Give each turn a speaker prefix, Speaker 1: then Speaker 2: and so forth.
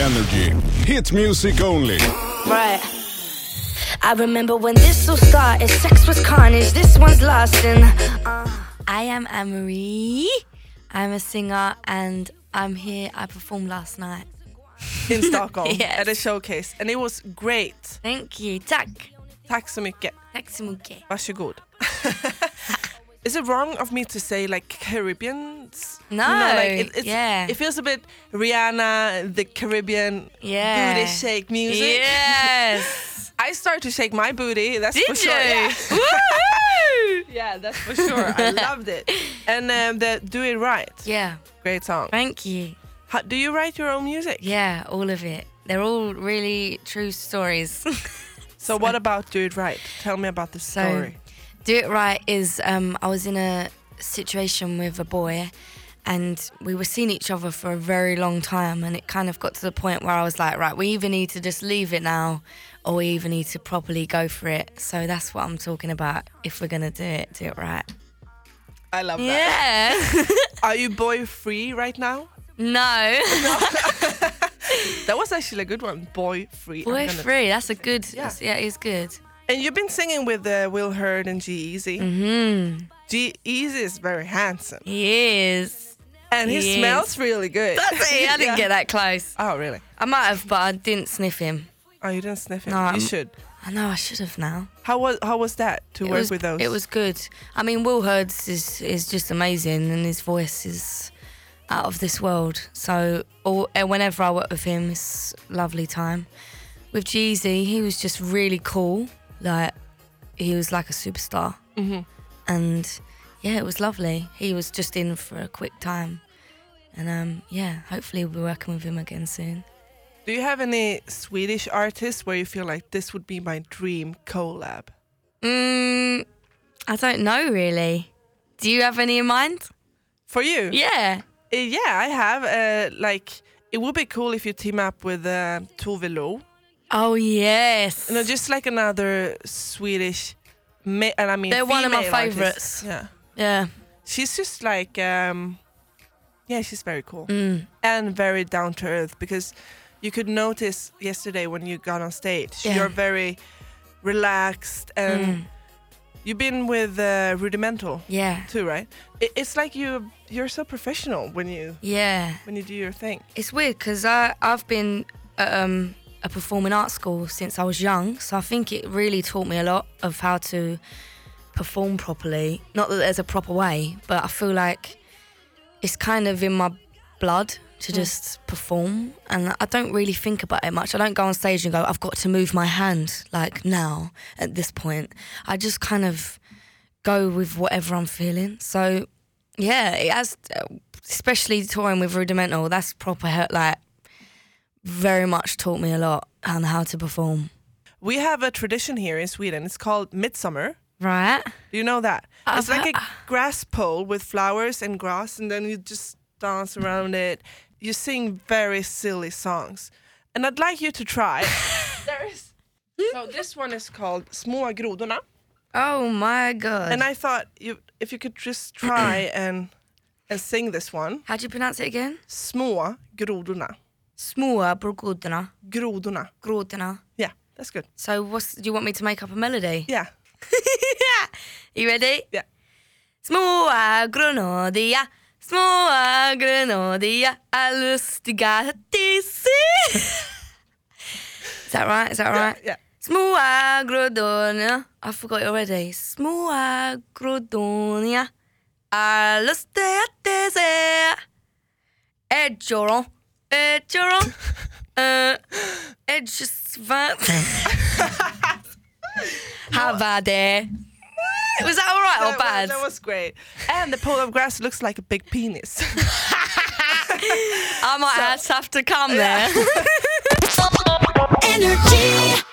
Speaker 1: energy. Hit music only.
Speaker 2: Right. I remember when this all started, sex was carnage, this one's lasting.
Speaker 3: I am Amory. I'm a singer and I'm here. I performed last night.
Speaker 4: in Stockholm
Speaker 3: Yes.
Speaker 4: at a showcase and it was great.
Speaker 3: Thank you. Tack.
Speaker 4: Tack så mycket.
Speaker 3: Tack så mycket.
Speaker 4: Varsågod. Is it wrong of me to say like Caribbeans?
Speaker 3: No,
Speaker 4: like it's,
Speaker 3: yeah.
Speaker 4: It feels a bit Rihanna, the Caribbean
Speaker 3: Yeah.
Speaker 4: booty shake music.
Speaker 3: Yes.
Speaker 4: I started to shake my booty. That's for
Speaker 3: Did
Speaker 4: sure.
Speaker 3: you?
Speaker 4: Yeah.
Speaker 3: Woohoo!
Speaker 4: Yeah, that's for sure. I loved it. And um, the Do It Right,
Speaker 3: Yeah.
Speaker 4: great song.
Speaker 3: Thank you.
Speaker 4: How, do you write your own music?
Speaker 3: Yeah, all of it. They're all really true stories.
Speaker 4: So what about Do It Right? Tell me about the
Speaker 3: So,
Speaker 4: story.
Speaker 3: Do It Right is um, I was in a situation with a boy and we were seeing each other for a very long time and it kind of got to the point where I was like, right, we either need to just leave it now or we either need to properly go for it. So that's what I'm talking about. If we're going to do it, do it right.
Speaker 4: I love that.
Speaker 3: Yeah.
Speaker 4: Are you boy free right now?
Speaker 3: no.
Speaker 4: That was actually a good one. Boy free. I'm
Speaker 3: Boy
Speaker 4: gonna-
Speaker 3: free. That's a good.
Speaker 4: Yeah.
Speaker 3: Yeah, it's good.
Speaker 4: And you've been singing with uh, Will Hurd and G Easy.
Speaker 3: Mm.
Speaker 4: G Easy is very handsome,
Speaker 3: Mm-hmm. He is.
Speaker 4: and he
Speaker 3: He
Speaker 4: smells really good.
Speaker 3: That's it. I didn't get that close.
Speaker 4: Oh really?
Speaker 3: I might have, but I didn't sniff him.
Speaker 4: Oh, you didn't sniff him.
Speaker 3: No,
Speaker 4: you
Speaker 3: I'm-
Speaker 4: should.
Speaker 3: I know I should have now.
Speaker 4: How was how was that to
Speaker 3: It
Speaker 4: work
Speaker 3: was,
Speaker 4: with those?
Speaker 3: It was good. I mean, Will Hurds is is just amazing, and his voice is out of this world. So, all, and whenever I work with him, it's a lovely time. With Jeezy, he was just really cool. Like he was like a superstar, mm-hmm. and yeah, it was lovely. He was just in for a quick time, and um, yeah, hopefully we'll be working with him again soon.
Speaker 4: Do you have any Swedish artists where you feel like this would be my dream collab?
Speaker 3: Mm, I don't know really. Do you have any in mind?
Speaker 4: For you?
Speaker 3: Yeah.
Speaker 4: Uh, yeah, I have. Uh, like, it would be cool if you team up with uh, Tove Lo.
Speaker 3: Oh yes.
Speaker 4: You know, just like another Swedish, ma- and I mean,
Speaker 3: They're one of my
Speaker 4: female artist.
Speaker 3: favorites.
Speaker 4: Yeah,
Speaker 3: yeah.
Speaker 4: she's just like, um, yeah, she's very cool
Speaker 3: Mm.
Speaker 4: and very down to earth because you could notice yesterday when you got on stage,
Speaker 3: Yeah. Mm.
Speaker 4: you're very relaxed and you've been with uh, Rudimental
Speaker 3: Yeah.
Speaker 4: too, right? It- it's like you you're so professional when you
Speaker 3: Yeah.
Speaker 4: when you do your thing.
Speaker 3: It's weird because I I've been at, um a performing arts school since I was young, so I think it really taught me a lot of how to perform properly. Not that there's a proper way, but I feel like it's kind of in my blood to just perform and I don't really think about it much. I don't go on stage and go, I've got to move my hand like now at this point. I just kind of go with whatever I'm feeling. So yeah, it has, especially touring with Rudimental, that's proper, he- like, very much taught me a lot on how to perform.
Speaker 4: We have a tradition here in Sweden. It's called midsummer.
Speaker 3: Right?
Speaker 4: Do you know that? it's
Speaker 3: I've
Speaker 4: like a grass pole with flowers and grass, and then you just dance around it. You sing very silly songs, and I'd like you to try. there is. So this one is called Små grodorna,
Speaker 3: Oh my god.
Speaker 4: and I thought you if you could just try and and sing this one.
Speaker 3: how do you pronounce it again?
Speaker 4: Små grodorna,
Speaker 3: Smua brugodna.
Speaker 4: grodorna.
Speaker 3: Grodna.
Speaker 4: Yeah, that's good.
Speaker 3: So what's, do you want me to make up a melody?
Speaker 4: Yeah,
Speaker 3: You ready?
Speaker 4: Yeah.
Speaker 3: Små grönodia, små grönodia är lustiga huttisar. Is that right? Is that right?
Speaker 4: yeah.
Speaker 3: Små grönodia, I forgot eh? it already. Små grönodia är lustiga huttisar. Edjoron, edjoron, eh, edjesvart. How about that? Was that all right or
Speaker 4: that,
Speaker 3: bad?
Speaker 4: Was, that was great. And the pole of grass looks like a big penis.
Speaker 3: I might have to come there.
Speaker 5: energy.